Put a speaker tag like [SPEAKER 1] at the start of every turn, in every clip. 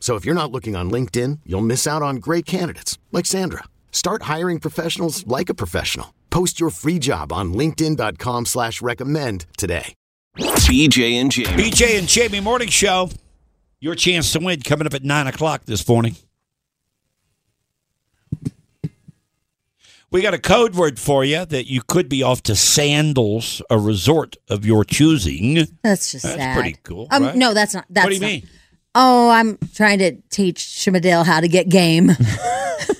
[SPEAKER 1] So if you're not looking on LinkedIn, you'll miss out on great candidates like Sandra. Start hiring professionals like a professional. Post your free job on linkedin.com/recommend slash recommend today.
[SPEAKER 2] BJ and Jamie.
[SPEAKER 3] BJ and Jamie Morning Show. Your chance to win coming up at nine o'clock this morning. We got a code word for you that you could be off to Sandals, a resort of your choosing.
[SPEAKER 4] That's just
[SPEAKER 3] That's
[SPEAKER 4] sad.
[SPEAKER 3] pretty cool,
[SPEAKER 4] Um,
[SPEAKER 3] right?
[SPEAKER 4] No, that's not. That's
[SPEAKER 3] what do you
[SPEAKER 4] not-
[SPEAKER 3] mean?
[SPEAKER 4] Oh, I'm trying to teach Shimadale how to get game.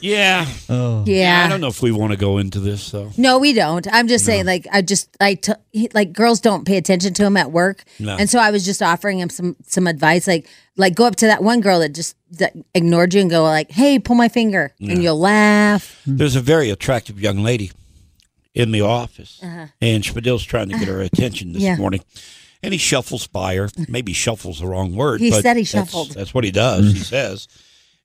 [SPEAKER 3] Yeah.
[SPEAKER 4] yeah.
[SPEAKER 3] I don't know if we want to go into this though.
[SPEAKER 4] No, we don't. I'm just saying, like, I just, I t- he- like, girls don't pay attention to him at work,
[SPEAKER 3] No.
[SPEAKER 4] and so I was just offering him some some advice, like, like go up to that one girl that just that ignored you and go like, "Hey, pull my finger," and you'll laugh.
[SPEAKER 3] There's a very attractive young lady in the office, and Spadil's trying to get her attention this
[SPEAKER 4] Uh-huh. Yeah. Mm.
[SPEAKER 3] morning. And he shuffles by her. Maybe shuffles the wrong word.
[SPEAKER 4] He
[SPEAKER 3] but
[SPEAKER 4] said he
[SPEAKER 3] that's-
[SPEAKER 4] shuffled. Mm.
[SPEAKER 3] That's, what he does. He says,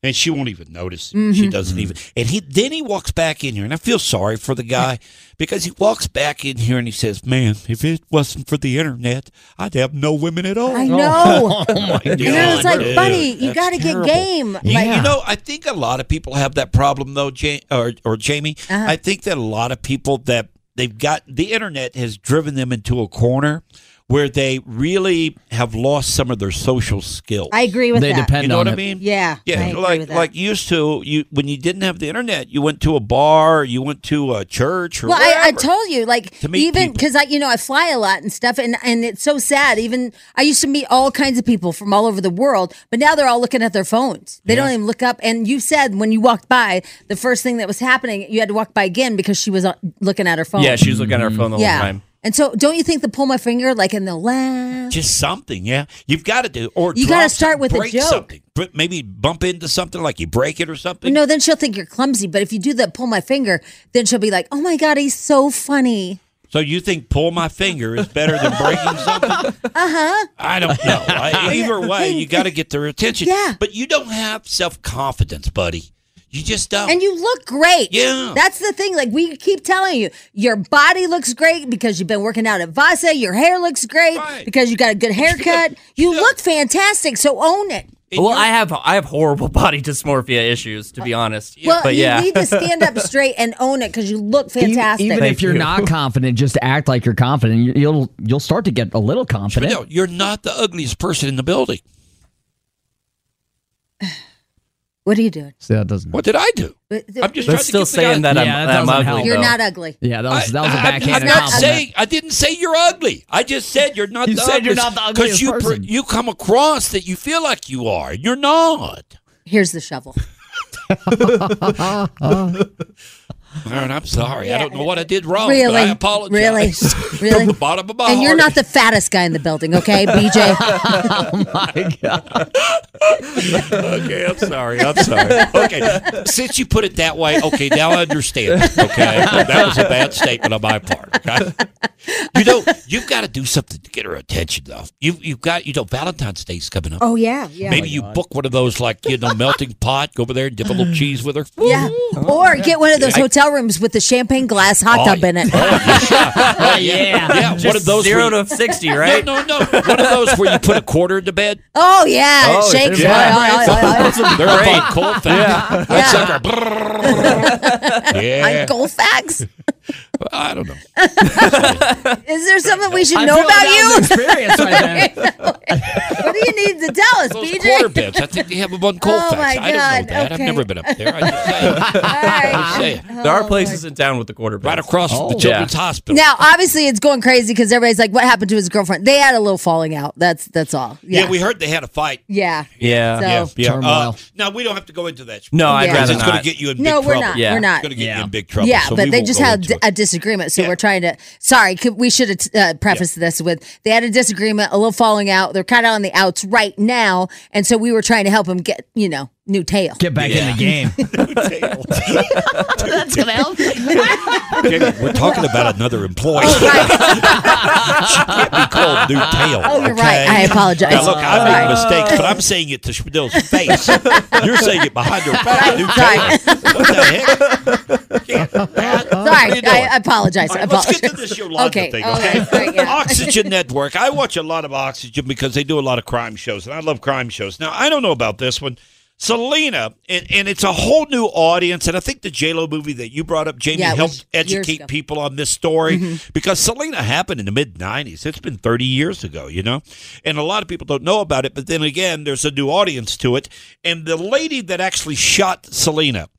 [SPEAKER 3] and she won't even notice. She
[SPEAKER 4] Mm-hmm.
[SPEAKER 3] doesn't even. And he then he walks back in here, and I feel sorry for the guy because he walks back in here and he says, "Man, if it wasn't for the internet, I'd have no women at all."
[SPEAKER 4] I know.
[SPEAKER 3] and
[SPEAKER 4] and I was like, "Buddy, you got to get game."
[SPEAKER 3] like,
[SPEAKER 4] Like,
[SPEAKER 3] you know, I think a lot of people have that problem though, ja- or, or Jamie.
[SPEAKER 4] Uh-huh.
[SPEAKER 3] I think that a lot of people that they've got the internet has driven them into a corner where they really have lost some of their social skills.
[SPEAKER 4] I agree with
[SPEAKER 5] they
[SPEAKER 4] that.
[SPEAKER 5] depend
[SPEAKER 3] You know
[SPEAKER 5] on
[SPEAKER 3] what I
[SPEAKER 5] it.
[SPEAKER 3] mean?
[SPEAKER 4] Yeah, I
[SPEAKER 3] Yeah,
[SPEAKER 4] agree
[SPEAKER 3] like
[SPEAKER 4] with that.
[SPEAKER 3] like used to you when you didn't have the internet, you went to a bar, you went to a church, or
[SPEAKER 4] Well, I, I
[SPEAKER 3] wherever.
[SPEAKER 4] told you, like
[SPEAKER 3] To meet
[SPEAKER 4] even
[SPEAKER 3] people.
[SPEAKER 4] because I, you know, I fly a lot and stuff, and and it's so sad. Even I used to meet all kinds of people from all over the world, but now they're all looking at their phones. They don't even look up. And you said when you walked by, the first thing that was happening, you had to walk by again because she was uh, looking at her phone.
[SPEAKER 5] Yeah, she was looking at her phone the
[SPEAKER 4] Mm-hmm. yeah.
[SPEAKER 5] whole time.
[SPEAKER 4] And so, don't you think the pull my finger, like, and they'll laugh?
[SPEAKER 3] just something. Yeah, you've got to do or
[SPEAKER 4] You gotta
[SPEAKER 3] drop
[SPEAKER 4] start
[SPEAKER 3] something,
[SPEAKER 4] with a
[SPEAKER 3] break
[SPEAKER 4] joke.
[SPEAKER 3] Something, but maybe bump into something like you break it or something.
[SPEAKER 4] No, then she'll think you're clumsy. But if you do that, pull my finger, then she'll be like, "Oh my god, he's so funny."
[SPEAKER 3] So you think pull my finger is better than breaking something? Uh huh.
[SPEAKER 4] Uh-huh.
[SPEAKER 3] I don't know. I, either way, you got to get their attention.
[SPEAKER 4] Yeah.
[SPEAKER 3] But you don't have self confidence, buddy. You just don't.
[SPEAKER 4] And you look great.
[SPEAKER 3] Oh. Yeah.
[SPEAKER 4] That's the thing. Like we keep telling you, your body looks great because you've been working out at Vasa. Your hair looks great
[SPEAKER 3] Right.
[SPEAKER 4] because you got a good haircut. you look fantastic. So own it.
[SPEAKER 3] And
[SPEAKER 5] well,
[SPEAKER 3] you're-
[SPEAKER 5] I have I have horrible body dysmorphia issues, to be honest.
[SPEAKER 4] Well,
[SPEAKER 5] but
[SPEAKER 4] you
[SPEAKER 5] yeah.
[SPEAKER 4] need to stand up straight and own it because you look fantastic.
[SPEAKER 6] Even if you're not confident, just act like you're confident. You- You'll you'll start to get a little confident.
[SPEAKER 3] No, you're not the ugliest person in the building.
[SPEAKER 4] what are you doing?
[SPEAKER 6] So that doesn't.
[SPEAKER 3] What did I do?
[SPEAKER 4] But-
[SPEAKER 3] I'm
[SPEAKER 5] That's
[SPEAKER 3] just trying
[SPEAKER 5] still
[SPEAKER 3] to get the
[SPEAKER 5] saying
[SPEAKER 3] guy-
[SPEAKER 5] that
[SPEAKER 6] Yeah,
[SPEAKER 5] I'm,
[SPEAKER 6] that
[SPEAKER 5] I'm
[SPEAKER 6] doesn't
[SPEAKER 5] ugly.
[SPEAKER 6] help.
[SPEAKER 4] you're
[SPEAKER 5] though.
[SPEAKER 4] not ugly.
[SPEAKER 6] Yeah, that was that was a
[SPEAKER 3] I- I'm-
[SPEAKER 6] backhanded
[SPEAKER 3] I'm not
[SPEAKER 6] compliment.
[SPEAKER 3] saying I didn't say you're ugly. I just said you're not.
[SPEAKER 6] You
[SPEAKER 3] the
[SPEAKER 6] said you're not the
[SPEAKER 3] because
[SPEAKER 6] ugliest
[SPEAKER 3] you
[SPEAKER 6] person.
[SPEAKER 3] you come across that you feel like you are. You're not.
[SPEAKER 4] Here's the shovel.
[SPEAKER 3] All right, I'm sorry. I don't know what Oh, I did wrong.
[SPEAKER 4] really?
[SPEAKER 3] But I apologize.
[SPEAKER 4] Really?
[SPEAKER 3] From
[SPEAKER 4] Really?
[SPEAKER 3] the bottom of my
[SPEAKER 4] And you're
[SPEAKER 3] heart.
[SPEAKER 4] not the fattest guy in the building, okay, BJ?
[SPEAKER 3] Okay, I'm sorry. I'm sorry. Okay, since you put it that way, okay, now I understand. Okay, that was a bad statement on my part. Okay, you know you've got to do something to get her attention, though. You you've got you know Valentine's Day's coming up.
[SPEAKER 4] oh yeah, yeah.
[SPEAKER 3] Maybe you book one of those like you know melting pot. Go over there and dip a little cheese with her.
[SPEAKER 4] Yeah. Or get one of those hotel rooms with the champagne glass hot
[SPEAKER 3] Oh,
[SPEAKER 4] tub in it.
[SPEAKER 3] Oh,
[SPEAKER 5] Yeah.
[SPEAKER 3] yeah.
[SPEAKER 5] Just
[SPEAKER 3] one of those
[SPEAKER 5] zero
[SPEAKER 3] where you-
[SPEAKER 5] to sixty, right?
[SPEAKER 3] No, no, no. One of those where you put a quarter into bed.
[SPEAKER 4] Oh yeah,
[SPEAKER 5] Oh,
[SPEAKER 4] it shakes.
[SPEAKER 5] yeah.
[SPEAKER 4] Oh, oh, oh, oh, oh.
[SPEAKER 3] They're up on Colfax. Yeah. That
[SPEAKER 4] Yeah.
[SPEAKER 3] sucker. yeah.
[SPEAKER 4] On Colfax.
[SPEAKER 3] I don't know.
[SPEAKER 4] Is there something we should
[SPEAKER 6] I
[SPEAKER 4] know
[SPEAKER 6] feel
[SPEAKER 4] about
[SPEAKER 6] that was an
[SPEAKER 4] you?
[SPEAKER 6] Experience right there.
[SPEAKER 4] What do you need to tell us,
[SPEAKER 3] Those
[SPEAKER 4] BJ?
[SPEAKER 3] quarter bibs. I think they have them on Colfax.
[SPEAKER 4] Oh, my
[SPEAKER 3] I don't
[SPEAKER 4] God,
[SPEAKER 3] know that. I've
[SPEAKER 4] okay.
[SPEAKER 3] never been up there. I just say,
[SPEAKER 4] All right.
[SPEAKER 3] say it.
[SPEAKER 5] There
[SPEAKER 4] Oh,
[SPEAKER 5] are places in town with the quarter
[SPEAKER 3] Right
[SPEAKER 5] bibs.
[SPEAKER 3] across from the
[SPEAKER 6] Oh.
[SPEAKER 3] Children's
[SPEAKER 5] Yeah.
[SPEAKER 3] Hospital.
[SPEAKER 4] Now, obviously, it's going crazy because everybody's like, "What happened to his girlfriend?" They had a little falling out. That's that's all.
[SPEAKER 3] yeah.
[SPEAKER 4] Yeah,
[SPEAKER 3] we heard they had a fight.
[SPEAKER 4] yeah.
[SPEAKER 5] Yeah.
[SPEAKER 4] So-
[SPEAKER 3] Yeah, yeah. Uh,
[SPEAKER 6] Turmoil.
[SPEAKER 3] now we don't have to go into that.
[SPEAKER 5] No, I'd
[SPEAKER 4] Yeah.
[SPEAKER 5] rather
[SPEAKER 3] it's going to
[SPEAKER 5] not.
[SPEAKER 3] get you in big
[SPEAKER 4] No,
[SPEAKER 3] trouble.
[SPEAKER 4] we're not.
[SPEAKER 5] Yeah.
[SPEAKER 4] We're not.
[SPEAKER 3] It's going to get you
[SPEAKER 6] Yeah.
[SPEAKER 3] in big trouble.
[SPEAKER 4] yeah,
[SPEAKER 3] so
[SPEAKER 4] but
[SPEAKER 3] we
[SPEAKER 4] they
[SPEAKER 3] won't
[SPEAKER 4] just
[SPEAKER 3] go
[SPEAKER 4] had
[SPEAKER 3] into it.
[SPEAKER 4] a disagreement, so
[SPEAKER 3] Yeah.
[SPEAKER 4] we're trying to. Sorry, could, we should have uh, prefaced this with they had a disagreement, a little falling out. They're kind of on the outs right now, and so we were trying to help him get you know new tail.
[SPEAKER 6] Get back in the game.
[SPEAKER 3] That's going to help. we're talking about another employee.
[SPEAKER 4] Oh,
[SPEAKER 3] she can't be called new tail.
[SPEAKER 4] Oh, you're
[SPEAKER 3] okay?
[SPEAKER 4] right. I apologize.
[SPEAKER 3] Now, look, I
[SPEAKER 4] Sorry.
[SPEAKER 3] made mistakes, but I'm saying it to Schmidl's face. You're saying it behind her back. New
[SPEAKER 4] Sorry.
[SPEAKER 3] tail. What the heck? Can't- Oh. What are you
[SPEAKER 4] Sorry,
[SPEAKER 3] doing?
[SPEAKER 4] I apologize.
[SPEAKER 3] All
[SPEAKER 4] I
[SPEAKER 3] right, let's
[SPEAKER 4] apologize.
[SPEAKER 3] get to this Yolanda
[SPEAKER 4] Okay,
[SPEAKER 3] thing,
[SPEAKER 4] all
[SPEAKER 3] okay?
[SPEAKER 4] right, right, yeah.
[SPEAKER 3] Oxygen Network. I watch a lot of Oxygen because they do a lot of crime shows, and I love crime shows. Now, I don't know about this one. Selena, and, and it's a whole new audience, and I think the J Lo movie that you brought up, Jamie,
[SPEAKER 4] Yeah, it was
[SPEAKER 3] helped
[SPEAKER 4] years
[SPEAKER 3] educate
[SPEAKER 4] ago.
[SPEAKER 3] people on this story because Selena happened in the mid '90s. It's been 30 years ago, you know, and a lot of people don't know about it. But then again, there's a new audience to it, and the lady that actually shot Selena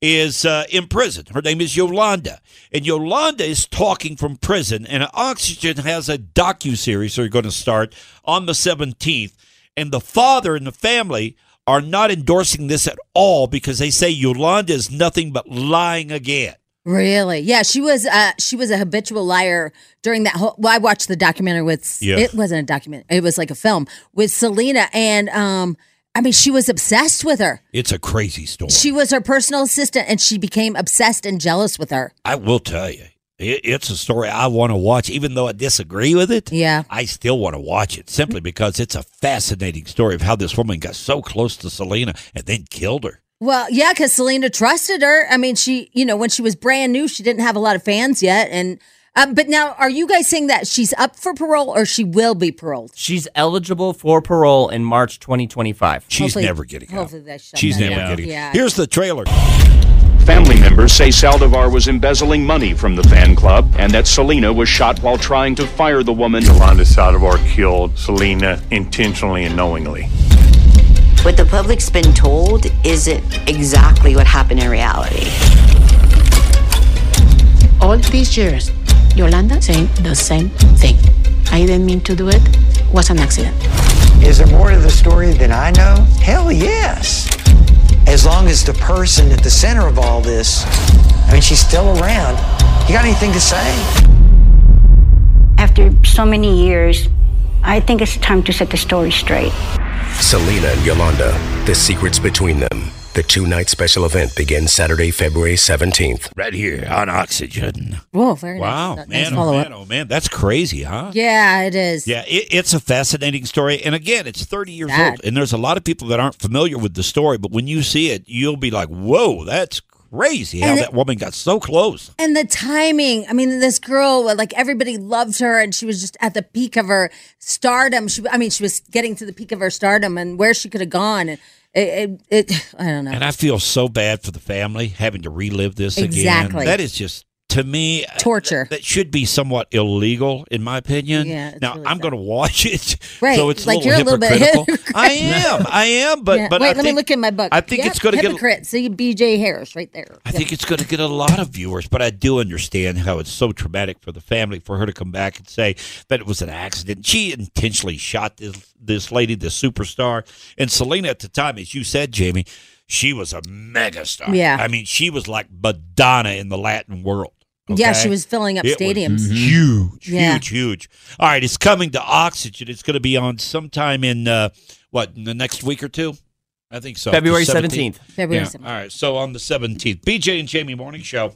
[SPEAKER 3] is uh, in prison. Her name is Yolanda, and Yolanda is talking from prison. And Oxygen has a docu series they're going to start on the 17th, and the father and the family are not endorsing this at all because they say Yolanda is nothing but lying again.
[SPEAKER 4] Really? Yeah, she was. Uh, she was a habitual liar during that whole. Well, I watched the documentary with.
[SPEAKER 3] Yeah.
[SPEAKER 4] It wasn't a document. It was like a film with Selena, and um, I mean, she was obsessed with her.
[SPEAKER 3] It's a crazy story.
[SPEAKER 4] She was her personal assistant, and she became obsessed and jealous with her.
[SPEAKER 3] I will tell you, it, it's a story I want to watch, even though I disagree with it.
[SPEAKER 4] Yeah.
[SPEAKER 3] I still want to watch it simply because it's a fascinating story of how this woman got so close to Selena and then killed her.
[SPEAKER 4] Well, yeah, because Selena trusted her. I mean, she, you know, when she was brand new, she didn't have a lot of fans yet, and. Um, but now, are you guys saying that she's up for parole or she will be paroled?
[SPEAKER 5] She's eligible for parole in March 2025.
[SPEAKER 3] She's
[SPEAKER 4] Hopefully-
[SPEAKER 3] never getting out.
[SPEAKER 4] hopefully they shut
[SPEAKER 3] She's
[SPEAKER 4] that
[SPEAKER 3] never
[SPEAKER 5] down.
[SPEAKER 3] getting
[SPEAKER 4] Yeah.
[SPEAKER 3] out. Here's the trailer.
[SPEAKER 7] Family members say Saldivar was embezzling money from the fan club and that Selena was shot while trying to fire the woman.
[SPEAKER 8] Yolanda Saldivar killed Selena intentionally and knowingly.
[SPEAKER 9] What the public's been told isn't exactly what happened in reality. All these years, Yolanda saying the same thing. I didn't mean to do it. Was an accident.
[SPEAKER 8] Is there more to the story than I know? Hell yes. As long as the person at the center of all this, I mean, she's still around. You got anything to say?
[SPEAKER 9] After so many years, I think it's time to set the story straight.
[SPEAKER 7] Selena and Yolanda, the secrets between them. The two night special event begins Saturday, February 17th.
[SPEAKER 3] Right here on Oxygen.
[SPEAKER 4] Whoa, very
[SPEAKER 3] Wow,
[SPEAKER 4] nice.
[SPEAKER 3] man,
[SPEAKER 4] follow
[SPEAKER 3] oh,
[SPEAKER 4] up.
[SPEAKER 3] man, oh, man. That's crazy, huh?
[SPEAKER 4] Yeah, it is.
[SPEAKER 3] Yeah, it, it's a fascinating story. And again, it's 30 years old.
[SPEAKER 4] Sad.
[SPEAKER 3] And there's a lot of people that aren't familiar with the story. But when you see it, you'll be like, whoa, that's crazy how
[SPEAKER 4] And it-
[SPEAKER 3] that woman got so close.
[SPEAKER 4] And the timing. I mean, this girl, like everybody loved her, and she was just at the peak of her stardom. She, I mean, she was getting to the peak of her stardom and where she could have gone. And it, it, it I don't know.
[SPEAKER 3] And I feel so bad for the family having to relive this
[SPEAKER 4] Exactly.
[SPEAKER 3] again. That is just to me uh,
[SPEAKER 4] Torture.
[SPEAKER 3] That, that should be somewhat illegal, in my opinion.
[SPEAKER 4] Yeah, it's
[SPEAKER 3] now
[SPEAKER 4] really
[SPEAKER 3] I'm
[SPEAKER 4] sad.
[SPEAKER 3] going to watch it,
[SPEAKER 4] Right,
[SPEAKER 3] so it's
[SPEAKER 4] like
[SPEAKER 3] a little
[SPEAKER 4] you're a little bit
[SPEAKER 3] hypocritical. I am, I am, but
[SPEAKER 4] Yeah.
[SPEAKER 3] but
[SPEAKER 4] Wait,
[SPEAKER 3] I
[SPEAKER 4] let me
[SPEAKER 3] think-
[SPEAKER 4] look in my book.
[SPEAKER 3] I think
[SPEAKER 4] Yep,
[SPEAKER 3] it's going to get
[SPEAKER 4] hypocrite. See B.J. Harris right there.
[SPEAKER 3] I think it's going to get a lot of viewers, but I do understand how it's so traumatic for the family for her to come back and say that it was an accident. She intentionally shot this this lady, this superstar, and Selena at the time, as you said, Jamie, she was a megastar.
[SPEAKER 4] Yeah.
[SPEAKER 3] I mean, she was like Madonna in the Latin world.
[SPEAKER 4] Yeah,
[SPEAKER 3] okay?
[SPEAKER 4] she was filling up
[SPEAKER 3] It was mm-hmm.
[SPEAKER 4] stadiums.
[SPEAKER 3] Huge,
[SPEAKER 4] Yeah.
[SPEAKER 3] huge, huge. All right, it's coming to Oxygen. It's going to be on sometime in uh, what in the next week or two. I think so.
[SPEAKER 5] February
[SPEAKER 3] The
[SPEAKER 5] 17th.
[SPEAKER 4] February
[SPEAKER 3] yeah.
[SPEAKER 4] 7th.
[SPEAKER 3] All right. So on the 17th, BJ and Jamie Morning Show,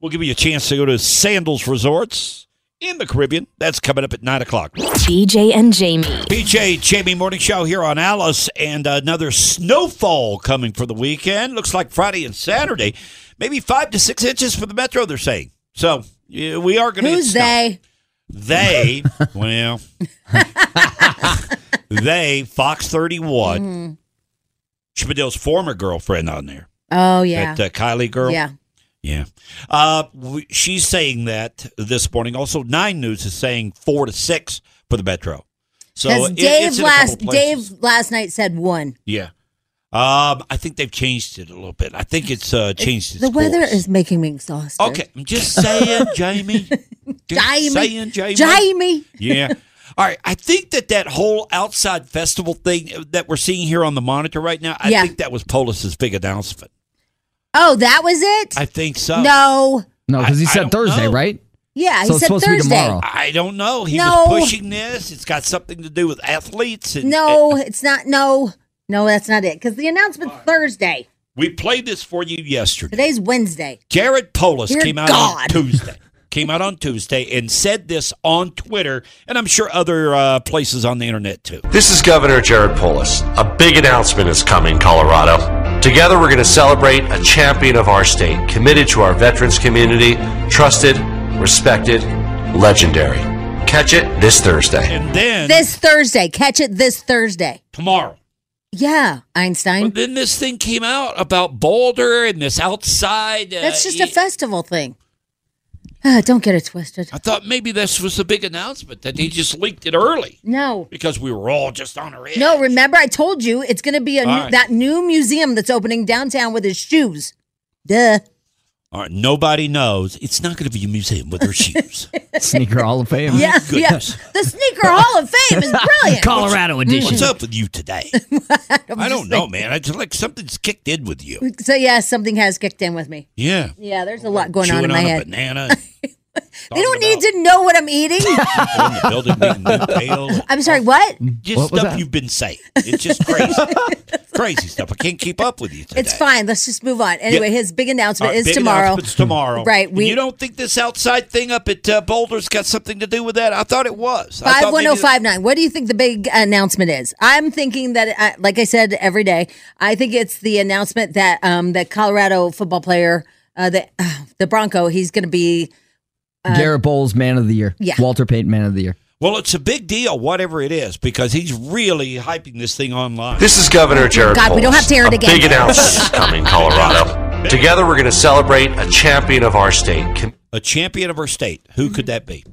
[SPEAKER 3] we'll give you a chance to go to Sandals Resorts in the Caribbean. That's coming up at 9 o'clock.
[SPEAKER 10] BJ and Jamie.
[SPEAKER 3] BJ, Jamie Morning Show here on Alice, and another snowfall coming for the weekend. Looks like Friday and Saturday, maybe five to six inches for the metro, they're saying. So yeah, we are going to
[SPEAKER 4] Who's they?
[SPEAKER 3] they well they fox
[SPEAKER 4] Mm-hmm.
[SPEAKER 3] 31 Schmidl's former girlfriend on there
[SPEAKER 4] Oh yeah,
[SPEAKER 3] that uh, kylie girl
[SPEAKER 4] yeah.
[SPEAKER 3] Yeah. Uh, w- she's saying that this morning. Also, Nine News is saying four to six for the Metro. So
[SPEAKER 4] Because
[SPEAKER 3] it-
[SPEAKER 4] Dave
[SPEAKER 3] it's in a couple
[SPEAKER 4] last
[SPEAKER 3] places.
[SPEAKER 4] Dave last night said one.
[SPEAKER 3] Yeah. Um, I think they've changed it a little bit. I think it's uh, changed its
[SPEAKER 4] the weather
[SPEAKER 3] course.
[SPEAKER 4] is making me exhausted.
[SPEAKER 3] Okay, I'm just saying, Jamie. Just
[SPEAKER 4] Jamie.
[SPEAKER 3] saying, Jamie.
[SPEAKER 4] Jamie.
[SPEAKER 3] Yeah. All right. I think that that whole outside festival thing that we're seeing here on the monitor right now, I
[SPEAKER 4] Yeah.
[SPEAKER 3] think that was Polis's big announcement.
[SPEAKER 4] Oh, that was it.
[SPEAKER 3] I think so.
[SPEAKER 4] no.
[SPEAKER 6] No, because he said Thursday, right?
[SPEAKER 4] Yeah,
[SPEAKER 6] So
[SPEAKER 4] he
[SPEAKER 6] it's
[SPEAKER 4] said
[SPEAKER 6] supposed to
[SPEAKER 4] Thursday.
[SPEAKER 6] be tomorrow.
[SPEAKER 3] I don't know. He
[SPEAKER 4] No.
[SPEAKER 3] was pushing this. It's got something to do with athletes. And
[SPEAKER 4] No, it's not. No, no, that's not it. Because the announcement Thursday.
[SPEAKER 3] we played this for you yesterday.
[SPEAKER 4] Today's Wednesday.
[SPEAKER 3] Jared Polis
[SPEAKER 4] Dear
[SPEAKER 3] came out on
[SPEAKER 4] God.
[SPEAKER 3] Tuesday. Came out on Tuesday and said this on Twitter, and I'm sure other uh, places on the internet too.
[SPEAKER 11] This is Governor Jared Polis. A big announcement is coming, Colorado. Together, we're going to celebrate a champion of our state, committed to our veterans community, trusted, respected, legendary. Catch it this Thursday.
[SPEAKER 3] And then
[SPEAKER 4] This Thursday. Catch it this Thursday.
[SPEAKER 3] tomorrow.
[SPEAKER 4] Yeah, Einstein.
[SPEAKER 3] But then this thing came out about Boulder and this outside. Uh,
[SPEAKER 4] That's just a
[SPEAKER 3] it-
[SPEAKER 4] festival thing. Ah, don't get it twisted.
[SPEAKER 3] I thought maybe this was a big announcement that they just leaked it early
[SPEAKER 4] No.
[SPEAKER 3] because we were all just on our edge.
[SPEAKER 4] No, remember I told you it's going to be a new,
[SPEAKER 3] All right.
[SPEAKER 4] that new museum that's opening downtown with his shoes. Duh.
[SPEAKER 3] All right, nobody knows. It's not going to be a museum with their shoes.
[SPEAKER 6] Sneaker Hall of Fame.
[SPEAKER 4] Yeah, yeah.
[SPEAKER 3] goodness.
[SPEAKER 4] The sneaker Hall of Fame is brilliant.
[SPEAKER 6] Colorado edition.
[SPEAKER 3] What's up with you today? I don't know, man. I just like something's kicked in with you.
[SPEAKER 4] So yeah, something has kicked in with me.
[SPEAKER 3] Yeah.
[SPEAKER 4] Yeah, there's a lot going on
[SPEAKER 3] Chewing
[SPEAKER 4] in my
[SPEAKER 3] on a
[SPEAKER 4] head.
[SPEAKER 3] banana.
[SPEAKER 4] They don't need to know what I'm eating.
[SPEAKER 3] in the building being new pale.
[SPEAKER 4] I'm sorry, what?
[SPEAKER 3] Just
[SPEAKER 6] What was
[SPEAKER 3] stuff
[SPEAKER 6] that?
[SPEAKER 3] you've been saying. It's just crazy. crazy stuff. I can't keep up with you today.
[SPEAKER 4] It's fine. Let's just move on. Anyway, his big announcement
[SPEAKER 3] All right,
[SPEAKER 4] is
[SPEAKER 3] big
[SPEAKER 4] tomorrow.
[SPEAKER 3] announcement's tomorrow.
[SPEAKER 4] Right,
[SPEAKER 3] And
[SPEAKER 4] we-
[SPEAKER 3] you don't think this outside thing up at uh, Boulder's got something to do with that? I thought it was. I
[SPEAKER 4] Five
[SPEAKER 3] thought
[SPEAKER 4] one
[SPEAKER 3] maybe
[SPEAKER 4] zero five nine. What do you think the big announcement is? I'm thinking that, uh, like I said every day, I think it's the announcement that um that Colorado football player, uh, the uh, the Bronco, he's going to be
[SPEAKER 6] Garrett Bowles, man of the year.
[SPEAKER 4] uh, Yeah.
[SPEAKER 6] Walter Payton, man of the year.
[SPEAKER 3] Well, it's a big deal, whatever it is, because he's really hyping this thing online.
[SPEAKER 11] This is Governor Jared
[SPEAKER 4] God,
[SPEAKER 11] Polis.
[SPEAKER 4] we don't have to hear it
[SPEAKER 11] a
[SPEAKER 4] again.
[SPEAKER 11] Big announcement is coming, Colorado. Together, we're going to celebrate a champion of our state. Com-
[SPEAKER 3] a champion of our state. Who could that be?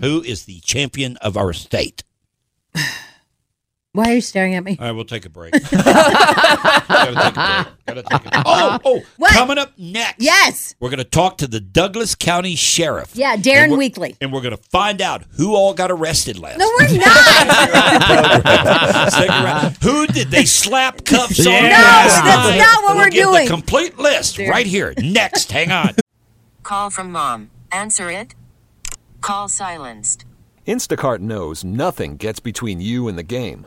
[SPEAKER 3] Who is the champion of our state?
[SPEAKER 4] Why are you staring at me?
[SPEAKER 3] All right, we'll take a break. Gotta take a break. Gotta take a break. Oh, oh,
[SPEAKER 4] What?
[SPEAKER 3] coming up next.
[SPEAKER 4] Yes.
[SPEAKER 3] We're going to talk to the Douglas County Sheriff.
[SPEAKER 4] Yeah,
[SPEAKER 3] And
[SPEAKER 4] Darren
[SPEAKER 3] we're-
[SPEAKER 4] Weekly.
[SPEAKER 3] And we're going to find out who all got arrested last
[SPEAKER 4] No, we're not.
[SPEAKER 3] Stick around. Who did they slap cuffs on?
[SPEAKER 6] Yeah. No,
[SPEAKER 3] last
[SPEAKER 4] that's
[SPEAKER 3] night?
[SPEAKER 4] not what
[SPEAKER 3] We'll
[SPEAKER 4] we're
[SPEAKER 3] give
[SPEAKER 4] doing.
[SPEAKER 3] The complete list right here. Next, hang on.
[SPEAKER 12] Call from mom. Answer it. Call silenced.
[SPEAKER 13] Instacart knows nothing gets between you and the game.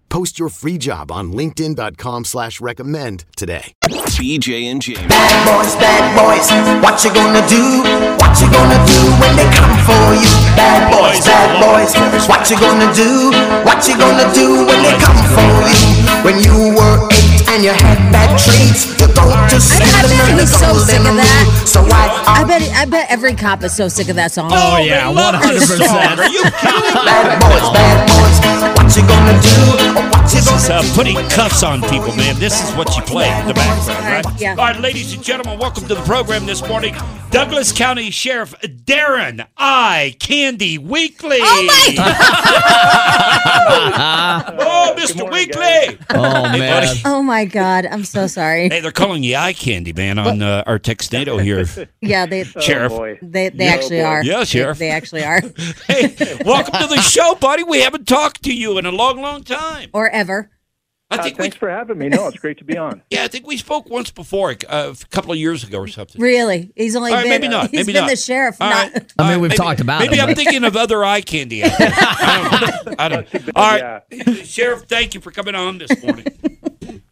[SPEAKER 1] Post your free job on linkedin.com/recommend slash recommend today.
[SPEAKER 2] BJ and Jamie.
[SPEAKER 14] Bad boys, bad boys, what you gonna do? What you gonna do when they come for you? Bad boys, bad boys, what you gonna do? What you gonna do when they come for you? When you were eight and you had bad traits, you go to school and
[SPEAKER 4] I bet he
[SPEAKER 14] learn the
[SPEAKER 4] was so
[SPEAKER 14] gold
[SPEAKER 4] sick
[SPEAKER 14] in
[SPEAKER 4] of
[SPEAKER 14] a
[SPEAKER 4] that.
[SPEAKER 14] So I,
[SPEAKER 4] I bet. I bet every cop is so sick of that song.
[SPEAKER 14] Oh,
[SPEAKER 3] they yeah, love this 100%. song. Are you
[SPEAKER 14] bad boys, bad boys, what you gonna do? Or what
[SPEAKER 3] This is uh, putting cuffs on people, man. This is what you play in the background, right?
[SPEAKER 4] Yeah.
[SPEAKER 3] All right, ladies and gentlemen, welcome to the program this morning. Douglas County Sheriff Darren I. Candy Weekly. Oh, my oh, Mr. Weekly.
[SPEAKER 6] Oh,
[SPEAKER 3] Hey,
[SPEAKER 6] man.
[SPEAKER 3] buddy.
[SPEAKER 4] Oh my God, I'm so sorry.
[SPEAKER 3] Hey, they're calling you eye candy, man, on uh, our Textnado here.
[SPEAKER 4] yeah, they
[SPEAKER 3] Sheriff.
[SPEAKER 4] They they
[SPEAKER 3] Oh,
[SPEAKER 4] actually
[SPEAKER 3] boy.
[SPEAKER 4] are.
[SPEAKER 3] Yeah,
[SPEAKER 4] They-
[SPEAKER 3] Sheriff.
[SPEAKER 4] They, actually are.
[SPEAKER 3] Welcome to the show, buddy. We haven't talked to you in a long, long time.
[SPEAKER 4] or ever.
[SPEAKER 3] I think thanks
[SPEAKER 15] Uh, for having me. No, it's great to be on.
[SPEAKER 3] Yeah, I think we spoke once before, uh, a couple of years ago or something.
[SPEAKER 4] Really, he's only
[SPEAKER 3] All right,
[SPEAKER 4] been
[SPEAKER 3] maybe not,
[SPEAKER 4] he's
[SPEAKER 3] maybe
[SPEAKER 4] been
[SPEAKER 3] not.
[SPEAKER 4] the sheriff.
[SPEAKER 3] All
[SPEAKER 4] not
[SPEAKER 6] I mean, we've talked about
[SPEAKER 3] Maybe
[SPEAKER 6] it.
[SPEAKER 3] I'm thinking of other eye candy. out there. I don't. I don't. All right, Sheriff, thank you for coming on this morning.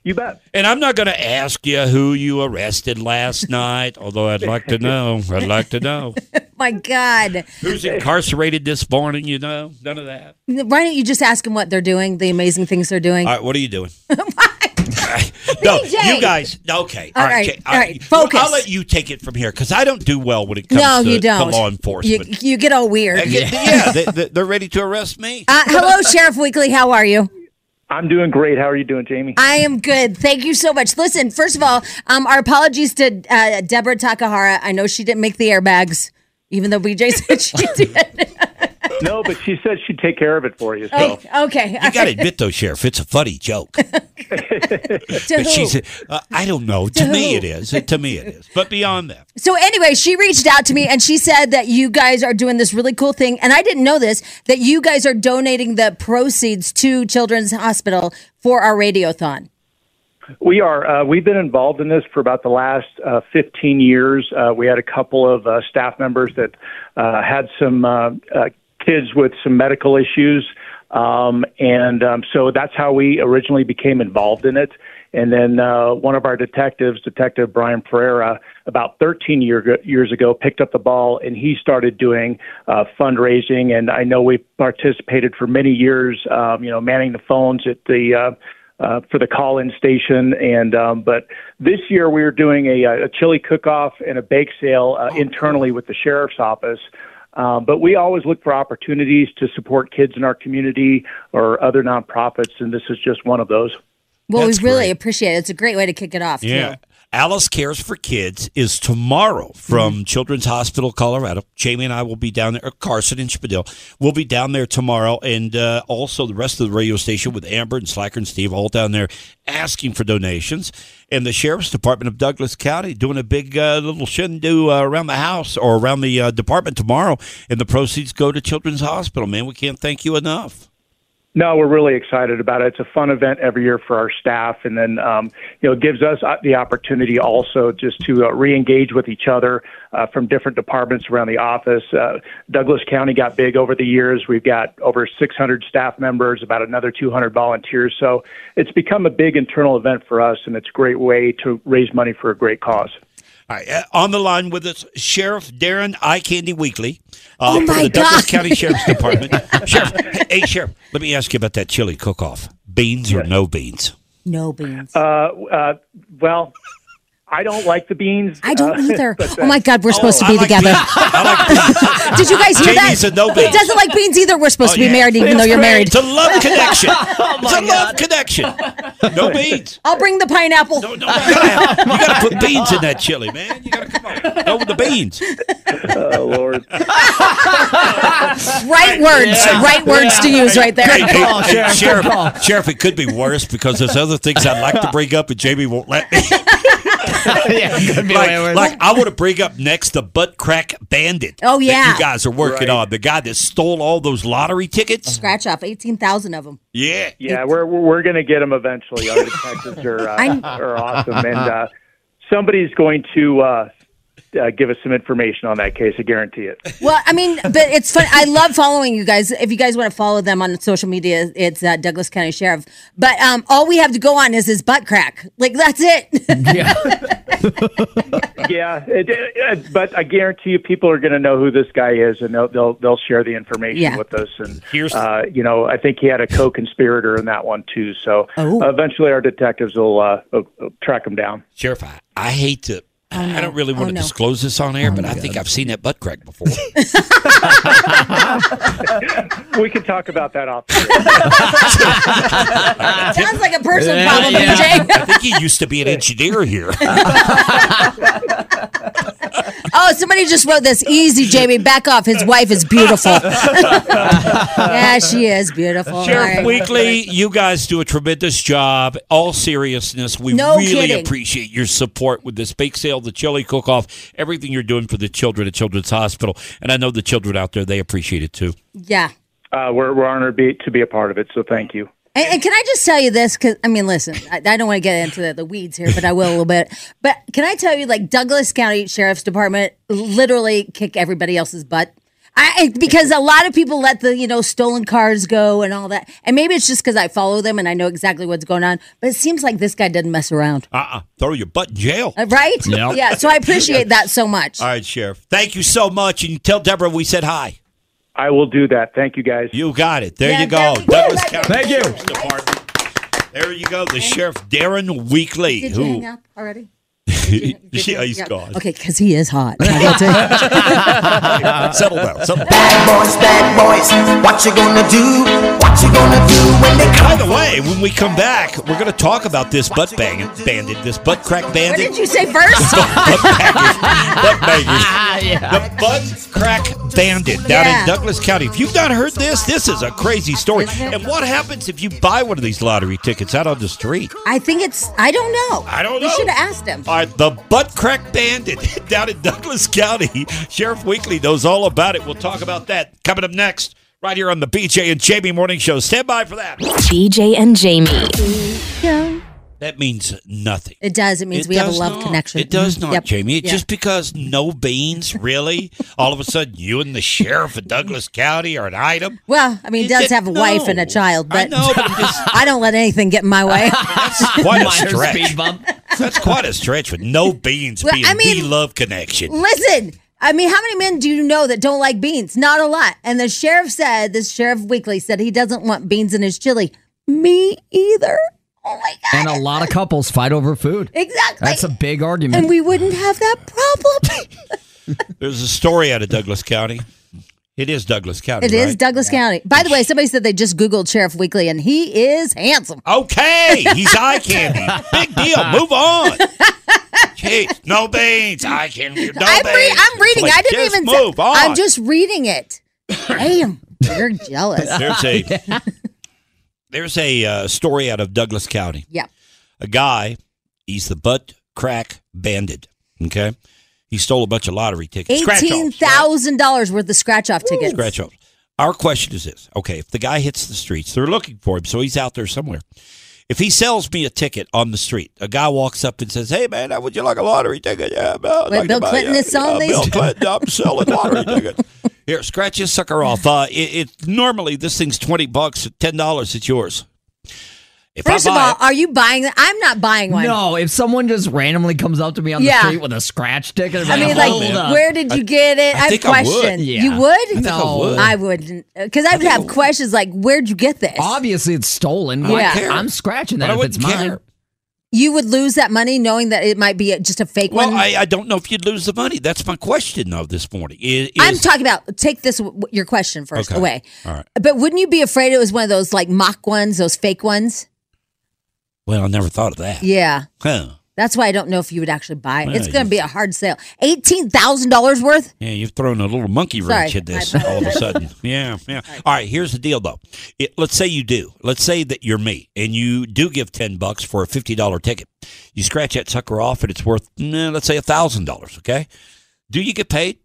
[SPEAKER 15] You bet.
[SPEAKER 3] And I'm not going to ask you who you arrested last night, although I'd like to know. I'd like to know
[SPEAKER 4] my God.
[SPEAKER 3] who's incarcerated this morning. You know, none of that.
[SPEAKER 4] Why don't you just ask them what they're doing? The amazing things they're doing.
[SPEAKER 3] All right, what are you doing? no,
[SPEAKER 4] BJ.
[SPEAKER 3] you guys. Okay,
[SPEAKER 4] All right,
[SPEAKER 3] okay,
[SPEAKER 4] all right, focus.
[SPEAKER 3] I'll let you take it from here because I don't do well when it comes
[SPEAKER 4] no,
[SPEAKER 3] to,
[SPEAKER 4] you
[SPEAKER 3] to
[SPEAKER 4] don't.
[SPEAKER 3] law enforcement.
[SPEAKER 4] You, you get all weird.
[SPEAKER 3] Yeah, yeah, they, they- they're ready to arrest me.
[SPEAKER 4] Uh, hello, Sheriff Weekly. How are you?
[SPEAKER 15] I'm doing great. How are you doing, Jamie?
[SPEAKER 4] I am good. Thank you so much. Listen, first of all, um, our apologies to uh, Deborah Takahara. I know she didn't make the airbags, even though BJ said she did.
[SPEAKER 15] no, but she said she'd take care of it for you. So.
[SPEAKER 4] Oh, okay.
[SPEAKER 3] You got to admit, though, Sheriff, it's a funny joke.
[SPEAKER 4] To
[SPEAKER 3] But
[SPEAKER 4] who?
[SPEAKER 3] she's, uh, I don't know. To,
[SPEAKER 4] To
[SPEAKER 3] me,
[SPEAKER 4] who?
[SPEAKER 3] it is. To me, it is. But beyond that,
[SPEAKER 4] So anyway, she reached out to me and she said that you guys are doing this really cool thing, and I didn't know this that you guys are donating the proceeds to Children's Hospital for our radiothon.
[SPEAKER 15] We are. Uh, we've been involved in this for about the last uh, 15 years. Uh, we had a couple of uh, staff members that uh, had some uh, uh, kids with some medical issues, um, and um, so that's how we originally became involved in it. And then uh, one of our detectives, Detective Brian Pereira, about 13 year, years ago, picked up the ball and he started doing uh, fundraising. And I know we participated for many years, um, you know, manning the phones at the uh, uh, for the call-in station. And um, but this year we are doing a, uh, a chili cook-off and a bake sale uh, internally with the sheriff's office. Um, but we always look for opportunities to support kids in our community or other nonprofits, and this is just one of those.
[SPEAKER 4] Well, we really appreciate it. It's a great way to kick it off.
[SPEAKER 3] yeah.
[SPEAKER 4] too.
[SPEAKER 3] Alice Cares for Kids is tomorrow from Children's Hospital, Colorado. Jamie and I will be down there, or Carson and Spadil. We'll be down there tomorrow, and uh, also the rest of the radio station with Amber and Slacker and Steve all down there asking for donations. And the Sheriff's Department of Douglas County doing a big uh, little shindig uh, around the house or around the uh, department tomorrow, and the proceeds go to Children's Hospital. Man, we can't thank you enough.
[SPEAKER 15] No, we're really excited about it. It's a fun event every year for our staff, and then um, you know it gives us uh, the opportunity also just to uh, re-engage with each other uh, from different departments around the office. Uh, Douglas County got big over the years. We've got over 600 staff members, about another 200 volunteers. So it's become a big internal event for us, and it's a great way to raise money for a great cause.
[SPEAKER 3] All right, uh, on the line with us, Sheriff Darren Eye Candy Weekly uh,
[SPEAKER 15] Oh, my
[SPEAKER 3] from the Douglas
[SPEAKER 15] God.
[SPEAKER 3] County Sheriff's Department. Sheriff, hey, hey, Sheriff, let me ask you about that chili cook-off. Beans or no beans?
[SPEAKER 4] No beans.
[SPEAKER 15] Uh, uh, well, I don't like the beans.
[SPEAKER 4] I don't
[SPEAKER 15] uh,
[SPEAKER 4] either.
[SPEAKER 15] but,
[SPEAKER 4] oh my God, we're supposed to be together. Did you guys hear
[SPEAKER 3] Jamie's a
[SPEAKER 4] that?
[SPEAKER 3] no
[SPEAKER 4] he
[SPEAKER 3] beans.
[SPEAKER 4] doesn't like beans either. We're supposed
[SPEAKER 3] Oh,
[SPEAKER 4] to be
[SPEAKER 3] yeah.
[SPEAKER 4] married, even
[SPEAKER 3] It's
[SPEAKER 4] though you're
[SPEAKER 3] great.
[SPEAKER 4] married.
[SPEAKER 3] It's a love connection.
[SPEAKER 4] Oh,
[SPEAKER 3] it's a love connection. No beans.
[SPEAKER 4] I'll bring the pineapple.
[SPEAKER 3] You got to put beans in that chili, man. You got to come on. Go with the beans.
[SPEAKER 15] Oh, Lord.
[SPEAKER 4] right words,
[SPEAKER 3] Yeah.
[SPEAKER 4] right words to use right there.
[SPEAKER 3] Hey, hey, hey, Sheriff, Sheriff, it could be worse because there's other things I'd like to bring up, and Jamie won't let me. yeah, could be like, way worse. like I want to bring up next the butt crack bandit.
[SPEAKER 4] Oh,
[SPEAKER 3] that
[SPEAKER 4] yeah.
[SPEAKER 3] you guys are working on the guy that stole all those lottery tickets.
[SPEAKER 4] Scratch off eighteen thousand of them.
[SPEAKER 3] Yeah,
[SPEAKER 15] yeah, we're we're, we're going to get them eventually. Our detectives are uh, are awesome, and uh, somebody's going to uh, uh, give us some information on that case. I guarantee it.
[SPEAKER 4] Well, I mean, but it's fun. I love following you guys. If you guys want to follow them on social media, it's uh, Douglas County Sheriff. But um, all we have to go on is his butt crack. Like that's it.
[SPEAKER 15] yeah, it, it- it- but I guarantee you, people are going to know who this guy is, and they'll they'll, they'll share the information
[SPEAKER 4] Yeah.
[SPEAKER 15] with us. And
[SPEAKER 3] Here's-
[SPEAKER 15] uh, you know, I think he had a co-conspirator in that one too. So eventually, our detectives will uh, will- will track him down.
[SPEAKER 3] Sheriff, I, I hate to
[SPEAKER 4] Oh,
[SPEAKER 3] I don't really want to disclose this on air, but I think I've seen that butt crack before.
[SPEAKER 15] we can talk about that off.
[SPEAKER 4] Sounds like a personal
[SPEAKER 3] Yeah,
[SPEAKER 4] problem,
[SPEAKER 3] yeah.
[SPEAKER 4] PJ.
[SPEAKER 3] I think he used to be an engineer here.
[SPEAKER 4] Oh, somebody just wrote this. Easy, Jamie. Back off. His wife is beautiful. yeah, she is beautiful. All
[SPEAKER 3] Sheriff
[SPEAKER 4] right.
[SPEAKER 3] Weekly, you guys do a tremendous job. All seriousness, we
[SPEAKER 4] No
[SPEAKER 3] really
[SPEAKER 4] kidding.
[SPEAKER 3] appreciate your support with this bake sale, the chili cook off, everything you're doing for the children at Children's Hospital. And I know the children out there, they appreciate it too.
[SPEAKER 4] Yeah.
[SPEAKER 15] Uh, we're we're honored be, to be a part of it, so thank you.
[SPEAKER 4] And, and can I just tell you this? Because I mean, listen, I, I don't want to get into the, the weeds here, but I will a little bit. But can I tell you, like Douglas County Sheriff's Department literally kick everybody else's butt. I, I- because a lot of people let the you know stolen cars go and all that, and maybe it's just because I follow them and I know exactly what's going on. But it seems like this guy doesn't mess around,
[SPEAKER 3] Uh uh Throw your butt in jail.
[SPEAKER 4] Uh, right?
[SPEAKER 3] Yeah.
[SPEAKER 4] Yeah. So I appreciate that so much.
[SPEAKER 3] All right, Sheriff. Thank you so much. And tell Deborah we said hi.
[SPEAKER 15] I will do that. Thank you, guys.
[SPEAKER 3] You got it. There
[SPEAKER 15] Yeah,
[SPEAKER 3] you go.
[SPEAKER 15] Debbie,
[SPEAKER 3] Douglas
[SPEAKER 15] thank
[SPEAKER 3] County
[SPEAKER 15] you.
[SPEAKER 3] Sheriff's Department. There you go. The Sheriff Darren Weekly.
[SPEAKER 4] Did you
[SPEAKER 3] who
[SPEAKER 4] hang up already?
[SPEAKER 3] yeah, he's gone.
[SPEAKER 4] Okay, because he is hot.
[SPEAKER 3] settle down. Settle down.
[SPEAKER 14] Bad boys, bad boys, what you gonna do? What you gonna do when they
[SPEAKER 3] By the way, when we come back, we're going to talk about this butt bang bandit, this butt crack
[SPEAKER 4] What
[SPEAKER 3] bandit.
[SPEAKER 4] did you say first?
[SPEAKER 3] butt
[SPEAKER 4] Ah,
[SPEAKER 3] bangers. The butt crack bandit down
[SPEAKER 4] Yeah.
[SPEAKER 3] in Douglas County. If you've not heard this, this is a crazy story. And what happens if you buy one of these lottery tickets out on the street?
[SPEAKER 4] I think it's. I don't know.
[SPEAKER 3] I don't
[SPEAKER 4] You
[SPEAKER 3] know.
[SPEAKER 4] should have asked him.
[SPEAKER 3] All right, the butt crack bandit down in Douglas County. Sheriff Weekly knows all about it. We'll talk about that coming up next, right here on the BJ and Jamie Morning Show. Stand by for that.
[SPEAKER 16] BJ and Jamie.
[SPEAKER 4] Yeah.
[SPEAKER 3] That means nothing.
[SPEAKER 4] It does. It means
[SPEAKER 3] It
[SPEAKER 4] we have a
[SPEAKER 3] does
[SPEAKER 4] love
[SPEAKER 3] not.
[SPEAKER 4] connection. Mm-hmm.
[SPEAKER 3] It does not,
[SPEAKER 4] Yep.
[SPEAKER 3] Jamie. It
[SPEAKER 4] Yeah.
[SPEAKER 3] Just because no beans, really, all of a sudden you and the sheriff of Douglas County are an item.
[SPEAKER 4] Well, I mean, it does
[SPEAKER 3] did-
[SPEAKER 4] have a wife and a child, but I,
[SPEAKER 3] know, but
[SPEAKER 4] don't let anything get in my way.
[SPEAKER 3] Quite a stretch. That's quite a stretch with no beans
[SPEAKER 4] Well,
[SPEAKER 3] being
[SPEAKER 4] I mean-
[SPEAKER 3] the love connection.
[SPEAKER 4] Listen, I mean, how many men do you know that don't like beans? Not a lot. And the sheriff said, this sheriff Weekly said he doesn't want beans in his chili. Me either. Oh
[SPEAKER 6] And a lot of couples fight over food.
[SPEAKER 4] Exactly.
[SPEAKER 6] That's a big argument.
[SPEAKER 4] And we wouldn't have that problem.
[SPEAKER 3] There's a story out of Douglas County. It is Douglas County.
[SPEAKER 4] It is
[SPEAKER 3] right?
[SPEAKER 4] Douglas County. By the way, somebody said they just Googled Sheriff Weekly and he is handsome.
[SPEAKER 3] Okay, he's eye candy. Big deal. Move on. Jeez, no beans. I can. No
[SPEAKER 4] I'm,
[SPEAKER 3] beans.
[SPEAKER 4] re- I'm reading.
[SPEAKER 3] Like,
[SPEAKER 4] I didn't
[SPEAKER 3] just
[SPEAKER 4] even say-
[SPEAKER 3] move on.
[SPEAKER 4] I'm just reading it. Damn, you're jealous.
[SPEAKER 3] There's a there's a uh, story out of Douglas County.
[SPEAKER 4] Yeah.
[SPEAKER 3] A guy, he's the butt crack bandit. Okay, he stole a bunch of lottery tickets. Scratch
[SPEAKER 4] Eighteen
[SPEAKER 3] offs.
[SPEAKER 4] thousand dollars worth of scratch off tickets.
[SPEAKER 3] Scratch offs. Our question is this: Okay, if the guy hits the streets, they're looking for him, so he's out there somewhere. If he sells me a ticket on the street, a guy walks up and says, "Hey, man, would you like a lottery ticket?" Yeah, man, I'd
[SPEAKER 4] Wait,
[SPEAKER 3] like to
[SPEAKER 4] Bill
[SPEAKER 3] buy-
[SPEAKER 4] Clinton is selling
[SPEAKER 3] yeah,
[SPEAKER 4] these?
[SPEAKER 3] Bill Clinton, I'm selling lottery tickets. Here, scratch this sucker off. Uh, it, it normally this thing's twenty bucks, ten dollars. It's yours. If
[SPEAKER 4] First
[SPEAKER 3] I
[SPEAKER 4] of
[SPEAKER 3] buy
[SPEAKER 4] all, uh,
[SPEAKER 3] it-
[SPEAKER 4] are you buying? that? I'm not buying one.
[SPEAKER 6] No, if someone just randomly comes up to me on
[SPEAKER 4] Yeah.
[SPEAKER 6] the street with a scratch ticket,
[SPEAKER 4] I mean, like, where did you get it?
[SPEAKER 6] I think
[SPEAKER 4] have
[SPEAKER 6] I would.
[SPEAKER 4] questions.
[SPEAKER 6] Yeah.
[SPEAKER 4] You
[SPEAKER 6] I think
[SPEAKER 4] would?
[SPEAKER 6] I No. would.
[SPEAKER 4] I wouldn't, because I'd have questions like, "Where'd you get this?"
[SPEAKER 6] obviously it's stolen.
[SPEAKER 4] I don't
[SPEAKER 6] Like,
[SPEAKER 4] care.
[SPEAKER 6] I'm scratching that
[SPEAKER 3] But I
[SPEAKER 6] if it's
[SPEAKER 3] wouldn't care.
[SPEAKER 6] mine.
[SPEAKER 4] You would lose that money knowing that it might be a- just a fake
[SPEAKER 3] Well,
[SPEAKER 4] one.
[SPEAKER 3] I, I don't know if you'd lose the money. That's my question though this morning. Is,
[SPEAKER 4] I'm
[SPEAKER 3] is-
[SPEAKER 4] talking about take this w- your question first
[SPEAKER 3] Okay.
[SPEAKER 4] away.
[SPEAKER 3] All right.
[SPEAKER 4] But wouldn't you be afraid it was one of those like mock ones, those fake ones?
[SPEAKER 3] Well, I never thought of that.
[SPEAKER 4] Yeah.
[SPEAKER 3] Huh.
[SPEAKER 4] That's why I don't know if you would actually buy it.
[SPEAKER 3] Well,
[SPEAKER 4] it's going
[SPEAKER 3] you-
[SPEAKER 4] to be a hard sale. $18,000 worth?
[SPEAKER 3] Yeah, you've thrown a little monkey wrench
[SPEAKER 4] Sorry,
[SPEAKER 3] at this
[SPEAKER 4] my bad.
[SPEAKER 3] all of a sudden. Yeah, yeah. All right, here's the deal though. It, let's say you do. Let's say that you're me and you do give 10 bucks for a $50 ticket. You scratch that sucker off and it's worth mm, let's say $1,000, okay? Do you get paid?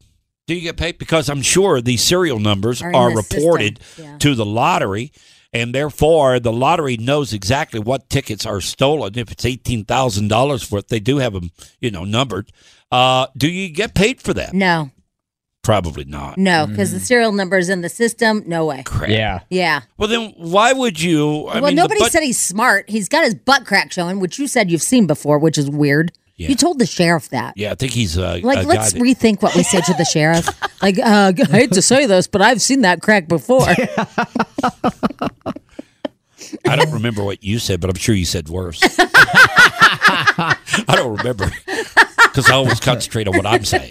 [SPEAKER 3] Do you get paid because I'm sure these serial numbers
[SPEAKER 11] Are
[SPEAKER 3] are,
[SPEAKER 11] in the system.
[SPEAKER 3] reported to the lottery and therefore the lottery knows exactly what tickets are stolen if it's $18,000 worth they do have them, you know, numbered. Uh, do you get paid for that?
[SPEAKER 4] No,
[SPEAKER 3] Probably not.
[SPEAKER 4] no, because the serial number's in the system. No way.
[SPEAKER 3] Yeah.
[SPEAKER 4] Yeah.
[SPEAKER 3] Well, then why would you? I
[SPEAKER 4] well,
[SPEAKER 3] mean, the
[SPEAKER 4] nobody
[SPEAKER 3] butt-
[SPEAKER 4] said he's smart. He's got his butt crack showing, which you said you've seen before, which is weird.
[SPEAKER 3] Yeah.
[SPEAKER 4] You told the sheriff that.
[SPEAKER 3] Yeah, I think he's uh, a
[SPEAKER 4] Like,
[SPEAKER 3] guy
[SPEAKER 4] let's
[SPEAKER 3] that-
[SPEAKER 4] rethink what we say to the sheriff. like, uh, I hate to say this, but I've seen that crack before.
[SPEAKER 3] I don't remember what you said, but I'm sure you said worse. I don't remember. because I always concentrate on what I'm saying.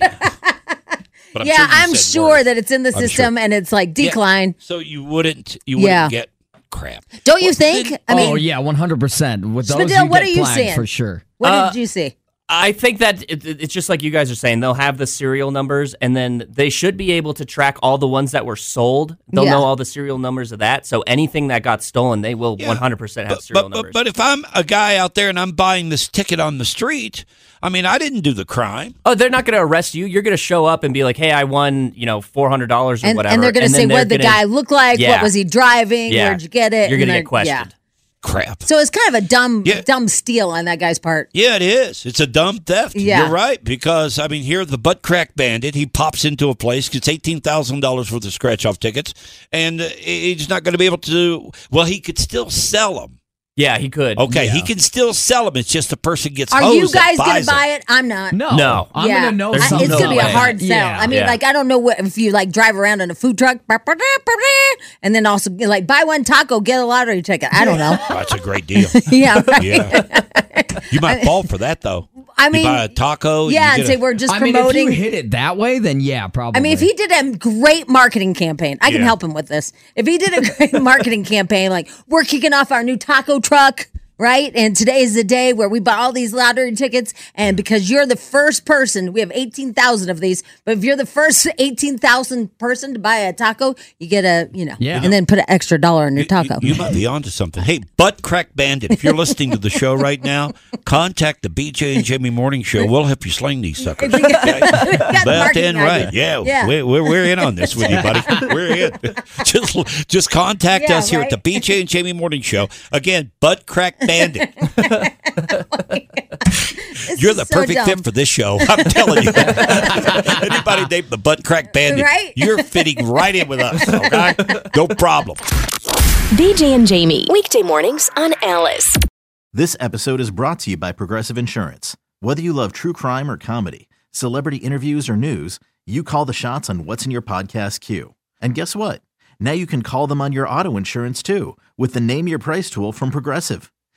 [SPEAKER 3] But
[SPEAKER 4] yeah,
[SPEAKER 3] sure you
[SPEAKER 4] I'm
[SPEAKER 3] said
[SPEAKER 4] sure that it's in the
[SPEAKER 3] I'm
[SPEAKER 4] system and it's like
[SPEAKER 3] Yeah.
[SPEAKER 4] decline.
[SPEAKER 3] So you wouldn't you
[SPEAKER 4] Yeah.
[SPEAKER 3] wouldn't get crap.
[SPEAKER 4] Don't you think? I mean,
[SPEAKER 6] oh yeah, one hundred percent. With those,
[SPEAKER 4] Smadil,
[SPEAKER 6] you
[SPEAKER 4] what
[SPEAKER 6] get
[SPEAKER 4] are you
[SPEAKER 6] flagged
[SPEAKER 4] seeing?
[SPEAKER 6] for sure?
[SPEAKER 4] what
[SPEAKER 5] Uh,
[SPEAKER 4] did you see?
[SPEAKER 5] I think that it, it- it's just like you guys are saying. They'll have the serial numbers, and then they should be able to track all the ones that were sold. They'll
[SPEAKER 3] Yeah.
[SPEAKER 5] know all the serial numbers of that. So anything that got stolen, they will 100% have serial
[SPEAKER 3] But,
[SPEAKER 5] numbers.
[SPEAKER 3] but but if I'm a guy out there and I'm buying this ticket on the street, I mean I didn't do the crime.
[SPEAKER 5] Oh, they're not going to arrest you. You're going to show up and be like, "Hey, I won, you know, four hundred dollars or
[SPEAKER 4] And,
[SPEAKER 5] whatever."
[SPEAKER 4] and they're going to
[SPEAKER 5] then
[SPEAKER 4] say what the
[SPEAKER 5] gonna-
[SPEAKER 4] guy looked like,
[SPEAKER 5] Yeah.
[SPEAKER 4] what was he driving,
[SPEAKER 5] Yeah.
[SPEAKER 4] where'd you get it?
[SPEAKER 5] You're
[SPEAKER 4] and
[SPEAKER 5] gonna get
[SPEAKER 4] they're-
[SPEAKER 5] questioned.
[SPEAKER 3] Crap.
[SPEAKER 4] So it's kind of a dumb, dumb steal on that guy's part.
[SPEAKER 3] Yeah, it is. It's a dumb theft.
[SPEAKER 4] Yeah.
[SPEAKER 3] You're right because I mean here the butt crack bandit he pops into a place gets eighteen thousand dollars worth of scratch off tickets and uh, he- he's not going to be able to. Well, he could still sell them.
[SPEAKER 5] Yeah, he could.
[SPEAKER 3] Okay, he can still sell them. It's just the person gets.
[SPEAKER 4] Are
[SPEAKER 3] hosed
[SPEAKER 4] you guys
[SPEAKER 3] going
[SPEAKER 4] going to buy it? I'm not.
[SPEAKER 3] No. No. I'm
[SPEAKER 4] yeah.
[SPEAKER 3] gonna know
[SPEAKER 4] I-
[SPEAKER 3] something
[SPEAKER 4] It's going to be a
[SPEAKER 3] about it.
[SPEAKER 4] hard sell.
[SPEAKER 3] Yeah.
[SPEAKER 4] I mean,
[SPEAKER 3] Yeah.
[SPEAKER 4] like, I don't know what, if you like drive around in a food truck and then also like buy one taco, get a lottery ticket. I don't know.
[SPEAKER 3] that's a great deal.
[SPEAKER 4] yeah. Right?
[SPEAKER 3] Yeah. You might fall for that though.
[SPEAKER 4] I
[SPEAKER 3] you
[SPEAKER 4] mean,
[SPEAKER 3] buy a taco.
[SPEAKER 4] yeah,
[SPEAKER 3] you
[SPEAKER 4] and
[SPEAKER 3] get
[SPEAKER 4] say
[SPEAKER 3] a-
[SPEAKER 4] we're just
[SPEAKER 6] I
[SPEAKER 4] promoting.
[SPEAKER 6] mean, if you hit it that way, then yeah, probably.
[SPEAKER 4] I mean, if he did a great marketing campaign, I can
[SPEAKER 6] Yeah.
[SPEAKER 4] help him with this. If he did a great marketing campaign, like we're kicking off our new taco truck, right? And today is the day where we buy all these lottery tickets. And because you're the first person, we have 18,000 of these, but if you're the first 18,000 person to buy a taco, you get a, you know,
[SPEAKER 3] Yeah.
[SPEAKER 4] and then put an extra dollar in your taco.
[SPEAKER 3] You might be onto something. Hey, butt crack bandit, if you're listening to the show right now, contact the BJ and Jamie Morning Show. We'll help you sling these suckers.
[SPEAKER 4] We got- we
[SPEAKER 3] Left
[SPEAKER 4] got marketing
[SPEAKER 3] and right.
[SPEAKER 4] ideas.
[SPEAKER 3] Yeah, We, we're, we're in on this with you, buddy. We're in. Just, just contact
[SPEAKER 4] Yeah,
[SPEAKER 3] us here at the BJ and Jamie Morning Show. Again, butt crack bandit. You're the
[SPEAKER 4] so
[SPEAKER 3] perfect
[SPEAKER 4] dumb.
[SPEAKER 3] fit for this show. I'm telling you. Anybody named the butt crack bandit,
[SPEAKER 16] Right?
[SPEAKER 3] you're fitting right in with us. Okay? No problem.
[SPEAKER 16] BJ and Jamie, weekday mornings on Alice.
[SPEAKER 17] This episode is brought to you by Progressive Insurance. Whether you love true crime or comedy, celebrity interviews or news, you call the shots on what's in your podcast queue. And guess what? Now you can call them on your auto insurance too with the Name Your Price tool from Progressive.